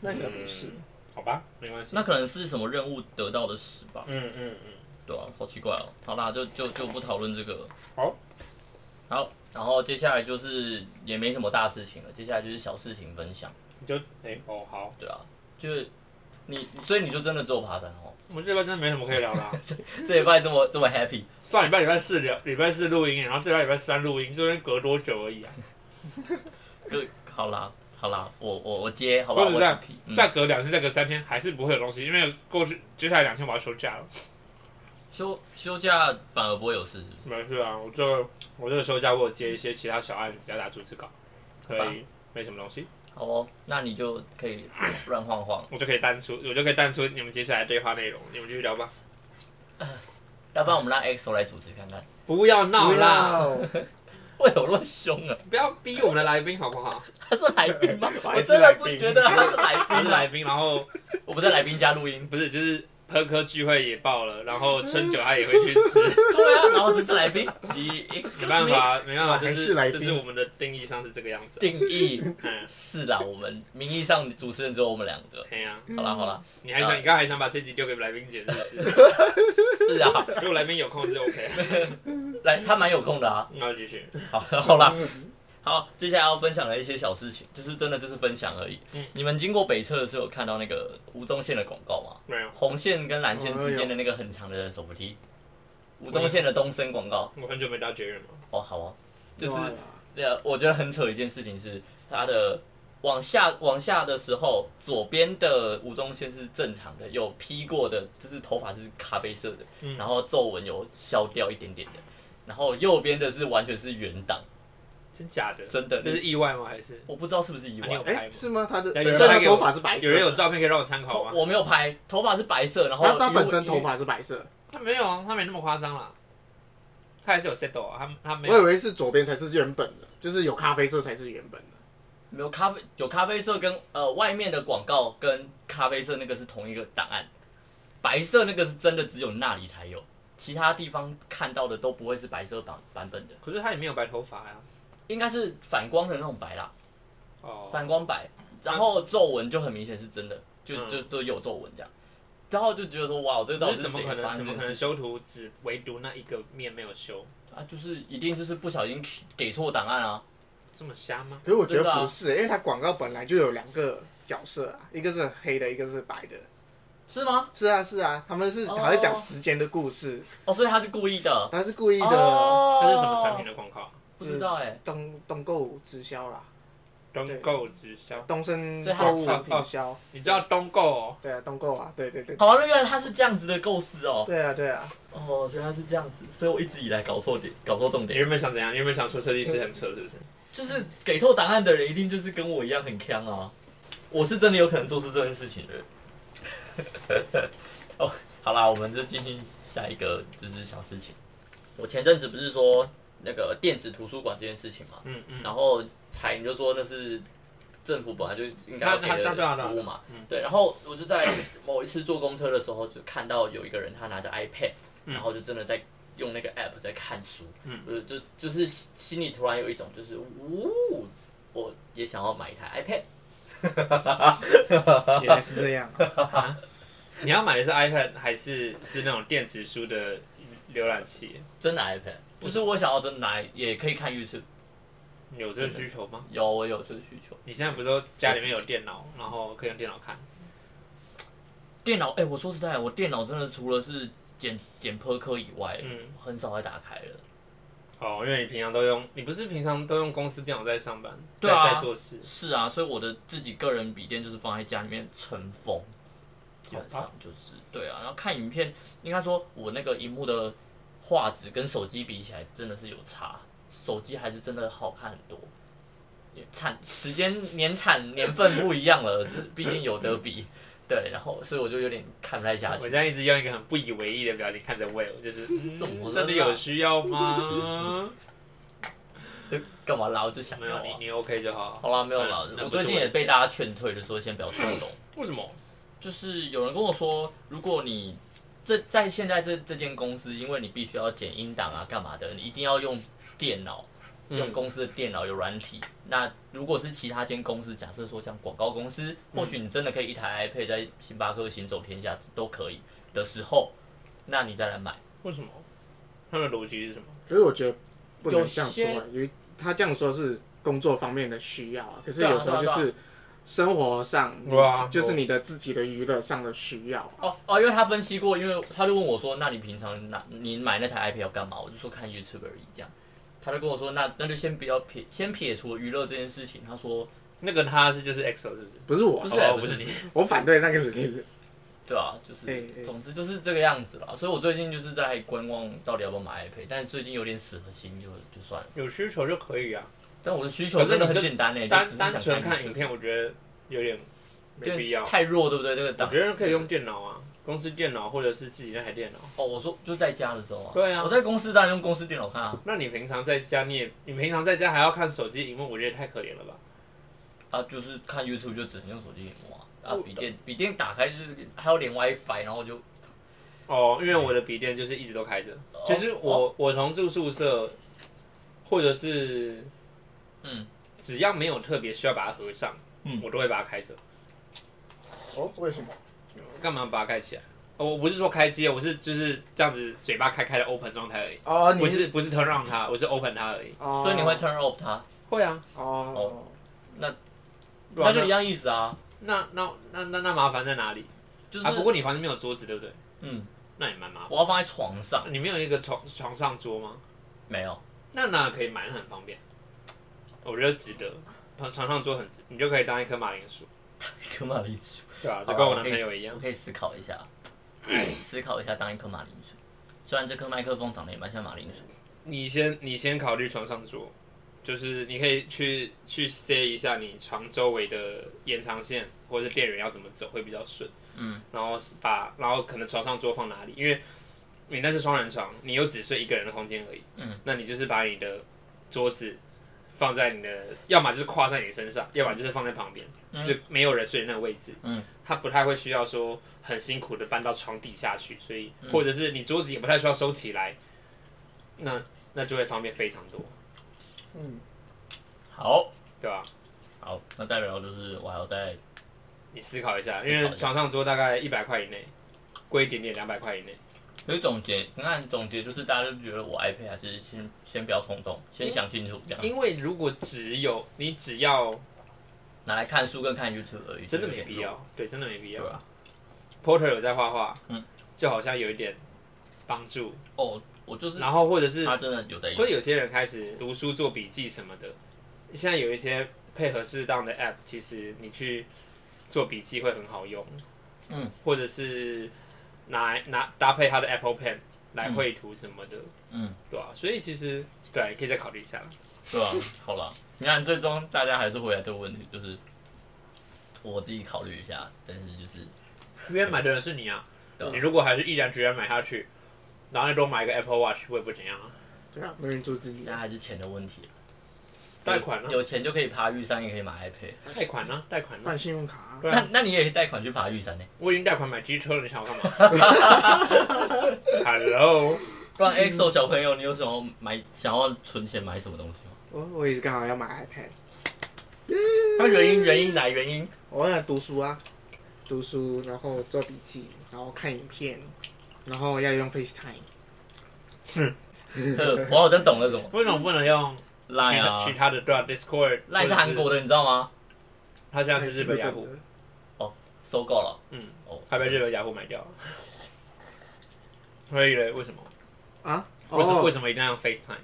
Speaker 3: 那你没事，
Speaker 1: 好吧，没关系。
Speaker 2: 那可能是什么任务得到的十吧，
Speaker 1: 嗯嗯嗯，
Speaker 2: 对啊，好奇怪哦，好啦，就就就不讨论这个了，
Speaker 1: 好，
Speaker 2: 好，然后接下来就是也没什么大事情了，接下来就是小事情分享，
Speaker 1: 你就哎、哦好，
Speaker 2: 对啊，就是你，所以你就真的只有爬山哦，
Speaker 1: 我们这边真的没什么可以聊 的、啊。
Speaker 2: 这礼拜这么这么 happy，
Speaker 1: 上礼拜礼拜四聊，礼拜四录音，然后这礼拜礼拜三录音，这边隔多久而已啊？
Speaker 2: 就好啦好啦，我我我接，好吧，
Speaker 1: 说实在
Speaker 2: 我主题嗯
Speaker 1: 再隔两天，再隔三天，还是不会有东西，因为过去接下来两天我要休假了。
Speaker 2: 休休假反而不会有事，是不是？
Speaker 1: 没事啊，我这个我这个休假我有接一些其他小案子要打逐字稿，所
Speaker 2: 好吧
Speaker 1: 以没什么东西，
Speaker 2: 好哦，那你就可以乱晃晃。
Speaker 1: 我就可以淡出，我就可以淡出你们接下来对话内容，你们继续聊吧。
Speaker 2: 要不然我们让 XO 来主持看看，
Speaker 1: 不要闹啦！
Speaker 3: 不
Speaker 2: 为
Speaker 3: 要，
Speaker 2: 什么那么凶啊？
Speaker 1: 不要逼我们的来宾好不好？
Speaker 2: 他是来宾吗？ 我
Speaker 3: 还是
Speaker 2: 真的
Speaker 3: 来宾
Speaker 2: 不觉得他是来
Speaker 1: 他是来
Speaker 2: 宾啊来，
Speaker 1: 宾，然后
Speaker 2: 我不在来宾家录音。
Speaker 1: 不是就是喝科聚会也报了，然后春酒他也会去吃。
Speaker 2: 对啊，然后这是来宾，你
Speaker 1: 没
Speaker 2: excuse
Speaker 1: 办
Speaker 2: me
Speaker 1: 法，没办法，就
Speaker 3: 还是来
Speaker 1: 是这
Speaker 3: 宾
Speaker 1: 是我们的定义上是这个样子。啊
Speaker 2: 定义
Speaker 1: 嗯，
Speaker 2: 是啦，我们名义上主持人只有我们两个。
Speaker 1: 哎呀，
Speaker 2: 好啦好啦，
Speaker 1: 你还想你刚才还想把这集丢给来宾姐是不 是？
Speaker 2: 是 啊，
Speaker 1: 如果来宾有空是 OK，
Speaker 2: 来他蛮有空的啊。
Speaker 1: 那继续。
Speaker 2: 好，好啦，好，接下来要分享的一些小事情，就是真的就是分享而已。
Speaker 1: 嗯
Speaker 2: 你们经过北侧的时候有看到那个吴宗宪的广告吗？
Speaker 1: 没有，
Speaker 2: 红线跟蓝线之间的那个很长的手扶梯，吴宗宪的东升广告。
Speaker 1: 我很久没搭捷运了。
Speaker 2: 哦，好哦，就是
Speaker 3: 对啊
Speaker 2: 呃，我觉得很扯一件事情是它的。往下往下的时候，左边的吴宗宪是正常的，有披过的，就是头发是咖啡色的，
Speaker 1: 嗯
Speaker 2: 然后皱纹有消掉一点点的，然后右边的是完全是圆档，
Speaker 1: 真假的？
Speaker 2: 真的
Speaker 1: 这是意外吗？还是
Speaker 2: 我不知道是不是意
Speaker 1: 啊你
Speaker 2: 外
Speaker 1: 有，
Speaker 3: 哎，是吗？他的
Speaker 1: 有
Speaker 3: 所以
Speaker 1: 人
Speaker 3: 他
Speaker 1: 拍
Speaker 3: 的
Speaker 1: 给我
Speaker 3: 头发是白色的，
Speaker 1: 有人有照片可以让我参考
Speaker 2: 头
Speaker 1: 吗？
Speaker 2: 我没有拍，头发是白色，然后
Speaker 3: 他他
Speaker 2: 鱼
Speaker 3: 本身
Speaker 2: 鱼
Speaker 3: 头发是白色，
Speaker 1: 他没有啊，他没那么夸张啦。他还是有 set 啊，他他没
Speaker 3: 我以
Speaker 1: 有。
Speaker 3: 为是左边才是原本的，就是有咖啡色才是原本的。
Speaker 2: 没有咖啡，有咖啡色跟呃外面的广告跟咖啡色那个是同一个档案，白色那个是真的只有那里才有，其他地方看到的都不会是白色版版本的，
Speaker 1: 可是他也没有白头发呀。
Speaker 2: 应该是反光的那种白啦，
Speaker 1: 哦，
Speaker 2: 反光白，然后皱纹就很明显是真的，就
Speaker 1: 嗯
Speaker 2: 就都有皱纹这样，然后就觉得说哇，这个到
Speaker 1: 可
Speaker 2: 底
Speaker 1: 是
Speaker 2: 是
Speaker 1: 怎么
Speaker 2: 谁
Speaker 1: 可
Speaker 2: 发
Speaker 1: 能？
Speaker 2: 生
Speaker 1: 怎么
Speaker 2: 这
Speaker 1: 可
Speaker 2: 件
Speaker 1: 能
Speaker 2: 事
Speaker 1: 修图只唯独那一个面没有修？
Speaker 2: 啊？就是一定就是不小心给错档案啊，
Speaker 1: 这么瞎吗？
Speaker 3: 可是我觉
Speaker 2: 真的
Speaker 3: 得
Speaker 2: 啊
Speaker 3: 不是，因为他广告本来就有两个角色啊，一个是黑的，一个是白的。
Speaker 2: 是吗？
Speaker 3: 是啊是啊，他们是
Speaker 2: 哦
Speaker 3: 好像讲时间的故事，
Speaker 2: 哦，所以他是故意的，
Speaker 3: 他是故意的啊
Speaker 2: 哦，
Speaker 1: 那是什么产品？的广告？
Speaker 2: 不知道哎、
Speaker 3: 东东购物直销啦，
Speaker 1: 东购直销。
Speaker 3: 东升
Speaker 2: 所以它
Speaker 3: 购
Speaker 2: 有
Speaker 3: 物
Speaker 1: 差别
Speaker 3: 直销，
Speaker 1: 你知道东购、哦？
Speaker 3: 对啊，东购啊，对对对，
Speaker 2: 好、啊，那原来他是这样子的构思哦。
Speaker 3: 对啊对啊，
Speaker 2: 哦，原来是这样子，所以我一直以来搞错点，搞错重
Speaker 1: 你
Speaker 2: 点，
Speaker 1: 原本想怎样？你原本想说设计师很扯是不是？
Speaker 2: 就是给错答案的人一定就是跟我一样很坑啊。我是真的有可能做出这件事情的。 哦，好啦，我们就进行下一个就是小事情。我前阵子不是说那个电子图书馆这件事情嘛，
Speaker 1: 嗯嗯。
Speaker 2: 然后彩你就说那是政府本来就应该要给
Speaker 1: 那那那对啊对
Speaker 2: 的
Speaker 1: 啊
Speaker 2: 服务
Speaker 1: 对啊
Speaker 2: 嘛
Speaker 1: 嗯，
Speaker 2: 对。然后我就在某一次坐公车的时候，就看到有一个人他拿着 iPad，
Speaker 1: 嗯
Speaker 2: 然后就真的在用那个 app 在看书，
Speaker 1: 嗯
Speaker 2: 呃，就就是心里突然有一种就是，呜，我也想要买一台 iPad。
Speaker 3: 原来是这样啊，
Speaker 1: 你要买的是 iPad 还是是那种电子书的浏览器？
Speaker 2: 真的 iPad，就是我想要真的拿，也可以看 YouTube。
Speaker 1: 有这个需求吗？
Speaker 2: 有，我有这个需求。
Speaker 1: 你现在不是说家里面有电脑，然后可以用电脑看？
Speaker 2: 电脑，哎、我说实在，我电脑真的除了是剪剪播科以外，
Speaker 1: 嗯，
Speaker 2: 很少再打开了。
Speaker 1: 哦，因为你平常都用，你不是平常都用公司电脑在上班，
Speaker 2: 对啊
Speaker 1: 在在做事，
Speaker 2: 是啊，所以我的自己个人笔电就是放在家里面尘封，基本
Speaker 1: 好
Speaker 2: 上就是对啊。然后看影片，应该说我那个荧幕的画质跟手机比起来真的是有差，手机还是真的好看很多。也产时间年产年份不一样了，就是毕竟有得比。对，然后所以我就有点看不太下
Speaker 1: 我现
Speaker 2: 去。
Speaker 1: 在一直用一个很不以为意的表情看着 Will，就是、
Speaker 2: 怎么
Speaker 1: 嗯、
Speaker 2: 了
Speaker 1: 真的有需要吗？
Speaker 2: 就干嘛啦？我就 想
Speaker 1: 没
Speaker 2: 要
Speaker 1: 有，你
Speaker 2: 啊。
Speaker 1: 你 OK 就好。
Speaker 2: 好啦，没有啦
Speaker 1: 嗯那。
Speaker 2: 我
Speaker 1: 不是
Speaker 2: 最近也
Speaker 1: 的事
Speaker 2: 被大家劝退了，说先不要冲动。
Speaker 1: 为什么？
Speaker 2: 就是有人跟我说，如果你这在现在这这间公司，因为你必须要剪音档啊，干嘛的，你一定要用电脑，
Speaker 1: 嗯
Speaker 2: 用公司的电脑有软体。那如果是其他间公司，假设说像广告公司，或许你真的可以一台 iPad 在星巴克行走天下都可以的时候，那你再来买。
Speaker 1: 为什么？他们的逻辑是什么？
Speaker 3: 可是我觉得不能
Speaker 2: 有
Speaker 3: 这样说欸
Speaker 2: 些，
Speaker 3: 因为他这样说是工作方面的需要啊，可是
Speaker 2: 对啊
Speaker 3: 有时候
Speaker 2: 对
Speaker 3: 就
Speaker 2: 啊对
Speaker 3: 是生活上，你
Speaker 1: 哇
Speaker 3: 就是你的自己的娱乐上的需要啊。
Speaker 2: 哦哦，因为他分析过，因为他就问我说：“那你平常拿你买那台 iPad 要干嘛？”我就说看 YouTube 而已这样。他就跟我说：“那那就先不要撇，先撇除娱乐这件事情。”他说
Speaker 1: 那个他是就是 EXO 是不是？
Speaker 3: 不是我
Speaker 2: 不
Speaker 3: 啊，
Speaker 2: 是
Speaker 1: 哦
Speaker 2: 不
Speaker 1: 不是
Speaker 2: 是
Speaker 1: 你，：“
Speaker 3: 我反对那个人。
Speaker 2: 对啊，就是，
Speaker 3: 嘿嘿
Speaker 2: 总之就是这个样子啦。”所以我最近就是在观望到底要不要买 iPad，但是最近有点死了心，就就算了。
Speaker 1: 有需求就可以啊。
Speaker 2: 但我的需求
Speaker 1: 可是
Speaker 2: 真的
Speaker 1: 哎你
Speaker 2: 很
Speaker 1: 就
Speaker 2: 简单诶、就
Speaker 1: 单
Speaker 2: 只是想
Speaker 1: 单纯看
Speaker 2: 看
Speaker 1: 影，片，我觉得有点没必要。
Speaker 2: 太弱，对不对？这个
Speaker 1: 我
Speaker 2: 档
Speaker 1: 觉得可以用电脑啊，公司电脑或者是自己那台电脑。
Speaker 2: 哦，我说就是在家的时候啊，
Speaker 1: 对啊
Speaker 2: 我在公司当然用公司电脑看啊。
Speaker 1: 那你平常在家，你也你平常在家还要看手机荧幕，我觉得也太可怜了吧？
Speaker 2: 啊，就是看 YouTube 就只能用手机屏幕啊，啊，笔电笔电打开就是还要连 WiFi，然后就
Speaker 1: 哦，因为我的笔电就是一直都开着
Speaker 2: 哦。
Speaker 1: 其实我、我从住宿舍，或者是
Speaker 2: 嗯，
Speaker 1: 只要没有特别需要把它合上，
Speaker 2: 嗯
Speaker 1: 我都会把它开着。
Speaker 3: 哦，为什么？
Speaker 1: 干嘛把它盖起来？哦我不是说开机，我是就是这样子嘴巴开开的 open 状态而已。
Speaker 3: 哦，你
Speaker 1: 不是不是 turn on 它，我是 open 它而已。
Speaker 3: 哦
Speaker 2: 所以你会 turn off 它，
Speaker 1: 会啊，
Speaker 3: 哦，
Speaker 1: 对啊
Speaker 2: 那就一样意思啊，
Speaker 1: 那那那那那麻烦在哪里？
Speaker 2: 就是、
Speaker 1: 啊，不过你房间没有桌子，对不对？
Speaker 2: 嗯，
Speaker 1: 那也蛮麻烦。
Speaker 2: 我要放在床上，
Speaker 1: 你没有一个床床上桌吗？
Speaker 2: 没有，
Speaker 1: 那那可以买，那很方便。我觉得值得，床床上桌很值，你就可以当一颗马铃薯。
Speaker 2: 一颗马铃薯，
Speaker 1: 对啊，就
Speaker 2: 好啊
Speaker 1: 跟我男朋友一
Speaker 2: 我
Speaker 1: 样。
Speaker 2: 可以思考一下， 思考一下当一颗马铃薯。虽然这颗麦克风长得也蛮像马铃薯，
Speaker 1: 你先你先考虑床上桌，就是你可以去去 stay 一下你床周围的延长线或者是电源要怎么走会比较顺。
Speaker 2: 嗯，
Speaker 1: 然后是把然后可能床上桌放哪里，因为你那是双人床，你又只睡一个人的空间而已。
Speaker 2: 嗯，
Speaker 1: 那你就是把你的桌子放在你的，要么就是跨在你身上，要么就是放在旁边，
Speaker 2: 嗯
Speaker 1: 就没有人睡的那个位置。
Speaker 2: 嗯，
Speaker 1: 它不太会需要说很辛苦的搬到床底下去，所以、或者是你桌子也不太需要收起来，那那就会方便非常多，
Speaker 3: 嗯，
Speaker 2: 好，
Speaker 1: 对吧、
Speaker 2: 好，那代表就是我还要再
Speaker 1: 你思考一下，
Speaker 2: 思考
Speaker 1: 因
Speaker 2: 一下
Speaker 1: 为床上桌大概一百块以内，贵一点点两百块以内。
Speaker 2: 所以总结，你看总结就是大家就觉得我 iPad 还是先先不要冲动，先想清楚这样，
Speaker 1: 因为如果只有你只要
Speaker 2: 拿来看书跟看 YouTube 而已，
Speaker 1: 真的
Speaker 2: 就有
Speaker 1: 没
Speaker 2: 点
Speaker 1: 必要，对，啊真的没必要
Speaker 2: 弱，对。吧？
Speaker 1: Porter 有在画画，
Speaker 2: 嗯，
Speaker 1: 就好像有一点帮助。
Speaker 2: 哦，我就是
Speaker 1: 然后或者是
Speaker 2: 他真的有在
Speaker 1: 或
Speaker 2: 用
Speaker 1: 者，有些人开始读书做笔记什么的，现在有一些配合适当的 App，其实你去做笔记会很好用。
Speaker 2: 嗯，
Speaker 1: 或者是拿拿搭配它的 Apple Pen 来绘图什么的，
Speaker 2: 嗯，
Speaker 1: 对啊，所以其实对啊、你可以再考虑一下。
Speaker 2: 对吧、啊好了，你看最终大家还是回来这个问题，就是我自己考虑一下，但是就是
Speaker 1: 因为买的人是你啊，
Speaker 2: 对啊
Speaker 1: 你如果还是毅然决然买下去，然后再多买一个 Apple Watch，我也不怎样啊。
Speaker 3: 对啊，没人做自己
Speaker 2: 现
Speaker 3: 啊
Speaker 2: 在。还是钱的问题，
Speaker 1: 贷款呢、啊
Speaker 2: 有钱就可以爬玉山，也可以买 iPad。
Speaker 1: 贷款呢、贷款呢、
Speaker 3: 办信用卡啊，
Speaker 1: 对
Speaker 2: 那
Speaker 1: 啊，
Speaker 2: 那你也可以贷款去爬玉山呢、
Speaker 1: 我已经贷款买机车了，你想我干 嘛 ？Hello，
Speaker 2: 不然 EXO 小朋友，你有什么买想要存钱买什么东西吗？
Speaker 3: 我哦我也是刚好要买 iPad，
Speaker 2: 那原因原因来原因？
Speaker 3: 我想读书啊，读书，然后做笔记，然后看影片，然后要用 FaceTime。
Speaker 1: 嗯
Speaker 2: 呵我好像懂了什么。
Speaker 1: 为什么不能用其
Speaker 2: Line
Speaker 1: 他
Speaker 2: 啊
Speaker 1: 其他的对啊？Discord，
Speaker 2: ，Line 是韩国
Speaker 1: 的，
Speaker 2: 的，你知道吗？
Speaker 1: 他现在是日本雅
Speaker 3: 的
Speaker 1: 虎，
Speaker 2: 收购了
Speaker 1: 嗯，
Speaker 2: 哦，
Speaker 1: 他被日本雅虎买掉了。所以呢，为什么？
Speaker 3: 啊？
Speaker 1: 为什么为
Speaker 3: 哦，
Speaker 1: 什么一定要用 FaceTime？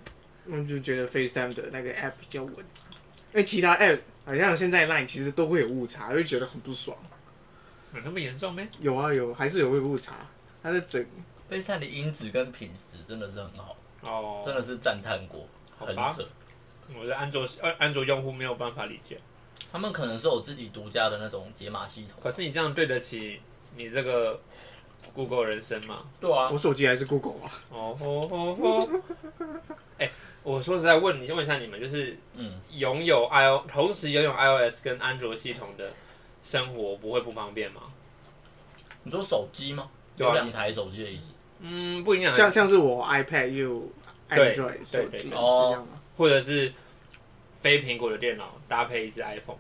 Speaker 3: 我就觉得 FaceTime 的那个 app 比较稳，因为其他 app 好像现在 Line 其实都会有误差，就觉得很不爽。
Speaker 1: 有那么严重咩？
Speaker 3: 有啊有，还是有会误差，它的嘴
Speaker 2: ，FaceTime 的音质跟品质真的是很好，
Speaker 1: 哦，
Speaker 2: 真的是赞叹过，
Speaker 1: 好
Speaker 2: 很
Speaker 1: 吧
Speaker 2: 扯。
Speaker 1: 我的安卓安安卓用户没有办法理解。
Speaker 2: 他们可能是有自己独家的那种解码系统。
Speaker 1: 可是你这样对得起你这个 Google 人生吗？
Speaker 2: 对啊
Speaker 3: 我，手机还是 Google 啊。
Speaker 1: 哦吼吼吼！ 哎，我说实在问你，问一下你们，就是
Speaker 2: 嗯，
Speaker 1: 拥有 i o 同时拥有 iOS 跟安卓系统的生活，不会不方便吗？
Speaker 2: 你说手机吗？
Speaker 1: 对
Speaker 2: 有
Speaker 1: 啊
Speaker 2: 两台手机的意思。
Speaker 1: 嗯，不影响，
Speaker 3: 像像是我 iPad 又
Speaker 1: 对
Speaker 3: Android 手
Speaker 1: 对
Speaker 3: 机是这
Speaker 2: 哦
Speaker 3: 样啊吗？
Speaker 1: 或者是非苹果的电脑搭配一只 iPhone，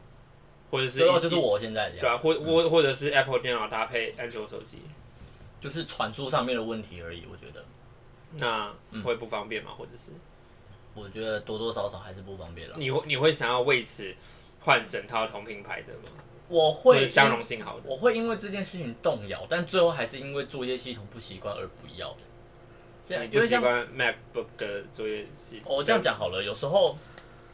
Speaker 1: 或者是
Speaker 2: 最后哦就是
Speaker 1: 一
Speaker 2: 我现在这
Speaker 1: 对
Speaker 2: 样，
Speaker 1: 啊，或或或者是 Apple 电脑搭配安卓手机，
Speaker 2: 就是传输上面的问题而已。我觉得，
Speaker 1: 那
Speaker 2: 嗯
Speaker 1: 会不方便吗？或者是
Speaker 2: 我觉得多多少少还是不方便了。
Speaker 1: 你会你会想要为此换整套同品牌的吗？
Speaker 2: 我
Speaker 1: 或
Speaker 2: 会
Speaker 1: 者相
Speaker 2: 因
Speaker 1: 容性好的？
Speaker 2: 我会因为这件事情动摇，但最后还是因为作业系统不习惯而不要的。这样，
Speaker 1: 你
Speaker 2: 啊因
Speaker 1: 不
Speaker 2: 为
Speaker 1: 习
Speaker 2: 像哦
Speaker 1: 惯 MacBook 的作业系统？
Speaker 2: 我这样讲好了，有时候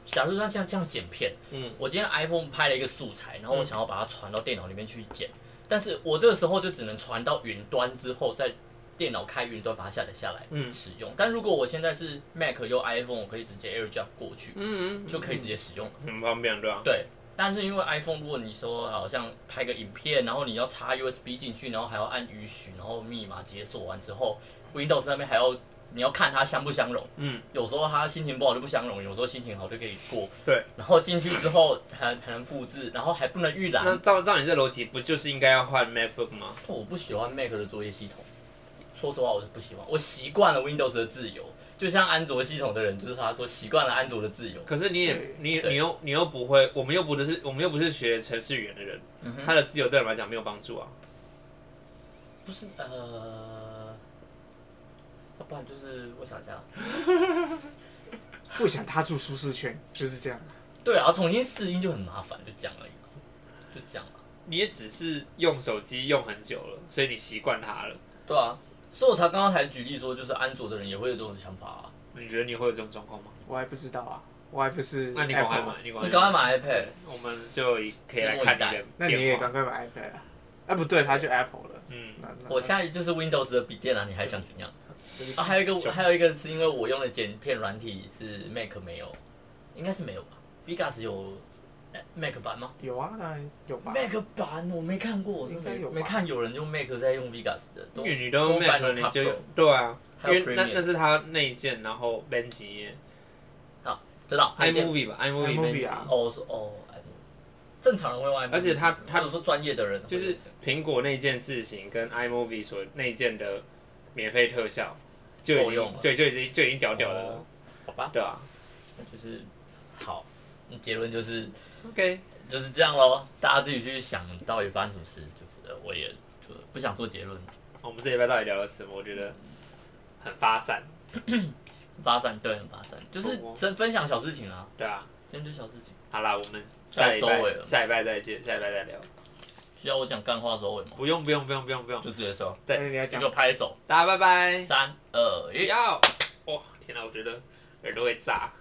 Speaker 2: 假如说像这样剪片，
Speaker 1: 嗯，
Speaker 2: 我今天 iPhone 拍了一个素材，然后我
Speaker 1: 嗯
Speaker 2: 想要把它传到电脑里面去剪，但是我这个时候就只能传到云端之后，再电脑开云端把它下载下来，
Speaker 1: 嗯
Speaker 2: 使用。但如果我现在是 Mac 又 iPhone，我可以直接 AirDrop 过去，
Speaker 1: 嗯嗯，
Speaker 2: 就可以直接使用了。
Speaker 1: 很方便，对啊吧、
Speaker 2: 对，但是因为 iPhone，如果你说好像拍个影片，然后你要插 USB 进去，然后还要按允许，然后密码解锁完之后，Windows 那边还要你要看它相不相容。
Speaker 1: 嗯，
Speaker 2: 有时候它心情不好就不相容，有时候心情好就可以过。
Speaker 1: 对，
Speaker 2: 然后进去之后才才能复制，然后还不能预览
Speaker 1: 那。照照你这逻辑，不就是应该要换 MacBook 吗？
Speaker 2: 我不喜欢 Mac 的作业系统，说实话我是不喜欢，我习惯了 Windows 的自由。就像安卓系统的人，就是他说习惯了安卓的自由，
Speaker 1: 可是你也
Speaker 3: 对
Speaker 1: 你
Speaker 2: 对
Speaker 1: 你又你又不会，我们又不是我们又不是学程式语言的人，
Speaker 2: 嗯哼
Speaker 1: 他的自由对我们来讲没有帮助啊。
Speaker 2: 不是呃，要不然就是我想一啊下，
Speaker 3: 不想踏出舒适圈，就是这样。
Speaker 2: 对啊，重新试音就很麻烦，就这样而已嘛，就这样嘛。
Speaker 1: 你也只是用手机用很久了，所以你习惯它了。
Speaker 2: 对啊，所以我才刚刚才举例说，就是安卓的人也会有这种想法啊。
Speaker 1: 你觉得你会有这种状况吗？
Speaker 3: 我还不知道啊，我还不是。啊
Speaker 1: 那你赶快买，，你
Speaker 2: 你
Speaker 1: 赶
Speaker 2: 赶快
Speaker 1: 快。
Speaker 2: 买 iPad，
Speaker 1: 我们就可以来看你的
Speaker 3: 那你也
Speaker 1: 变
Speaker 3: 赶
Speaker 1: 化。
Speaker 3: 快买 iPad 啊？啊，不对，它就 Apple 了。
Speaker 1: 嗯，
Speaker 3: 那那
Speaker 2: 我现在就是 Windows 的笔电啊，你还想怎样？
Speaker 3: 对不起
Speaker 2: 啊，还有一
Speaker 1: 小
Speaker 2: 个还有一个是因为我用的剪片软体是 Mac 没有，应该是没有吧？Vegas 有呃 Mac 版吗
Speaker 3: 有啊，当然有吧。
Speaker 2: ？Mac 版我没看过，我真
Speaker 3: 应该
Speaker 2: 的
Speaker 3: 有吧
Speaker 2: 没看有人用 Mac 在用 Vegas 的，都
Speaker 1: 因为你都用
Speaker 2: 都
Speaker 1: Mac
Speaker 2: 版
Speaker 1: 了，
Speaker 2: 本
Speaker 1: 你就
Speaker 2: Pro
Speaker 1: 有对啊，因
Speaker 2: 还有
Speaker 1: 为那
Speaker 2: Premiere
Speaker 1: 那是它内建，然后编辑页
Speaker 2: 知道那件
Speaker 1: ，iMovie 吧，iMovie 编
Speaker 3: iMovie
Speaker 1: 辑，
Speaker 3: 啊
Speaker 2: 哦，我说哦，哎正常人会用 iPhone，
Speaker 1: 而且他他
Speaker 2: 或者说专业的人会
Speaker 1: 就是苹果内建字型跟 iMovie 所内建的免费特效就已
Speaker 2: 够用
Speaker 1: 经
Speaker 2: 了
Speaker 1: 对就已经就已经屌屌的
Speaker 2: 哦
Speaker 1: 了，
Speaker 2: 好吧，
Speaker 1: 对啊
Speaker 2: 那就是好，那结论就是
Speaker 1: OK，
Speaker 2: 就是这样喽，大家自己去想到底发生什么事，就是呃我也就不想做结论，
Speaker 1: 我们这礼拜到底聊了什么？我觉得很发散，
Speaker 2: 发散对，很发散，就是
Speaker 1: 哦
Speaker 2: 分分享小事情啊，
Speaker 1: 对啊。
Speaker 2: 今天就小事情，
Speaker 1: 好啦，我们下礼拜
Speaker 2: 要收尾了
Speaker 1: 下礼拜再见，下礼拜再聊。
Speaker 2: 需要我讲干话收尾吗？
Speaker 1: 不用不用不用不用不用
Speaker 2: 就，直接说，
Speaker 1: 对
Speaker 3: 那你要
Speaker 2: 这
Speaker 3: 讲
Speaker 2: 个拍手，
Speaker 1: 大家拜拜。
Speaker 2: 三二
Speaker 1: 不
Speaker 2: 一。
Speaker 1: 要，哇、天哪，我觉得耳朵会炸。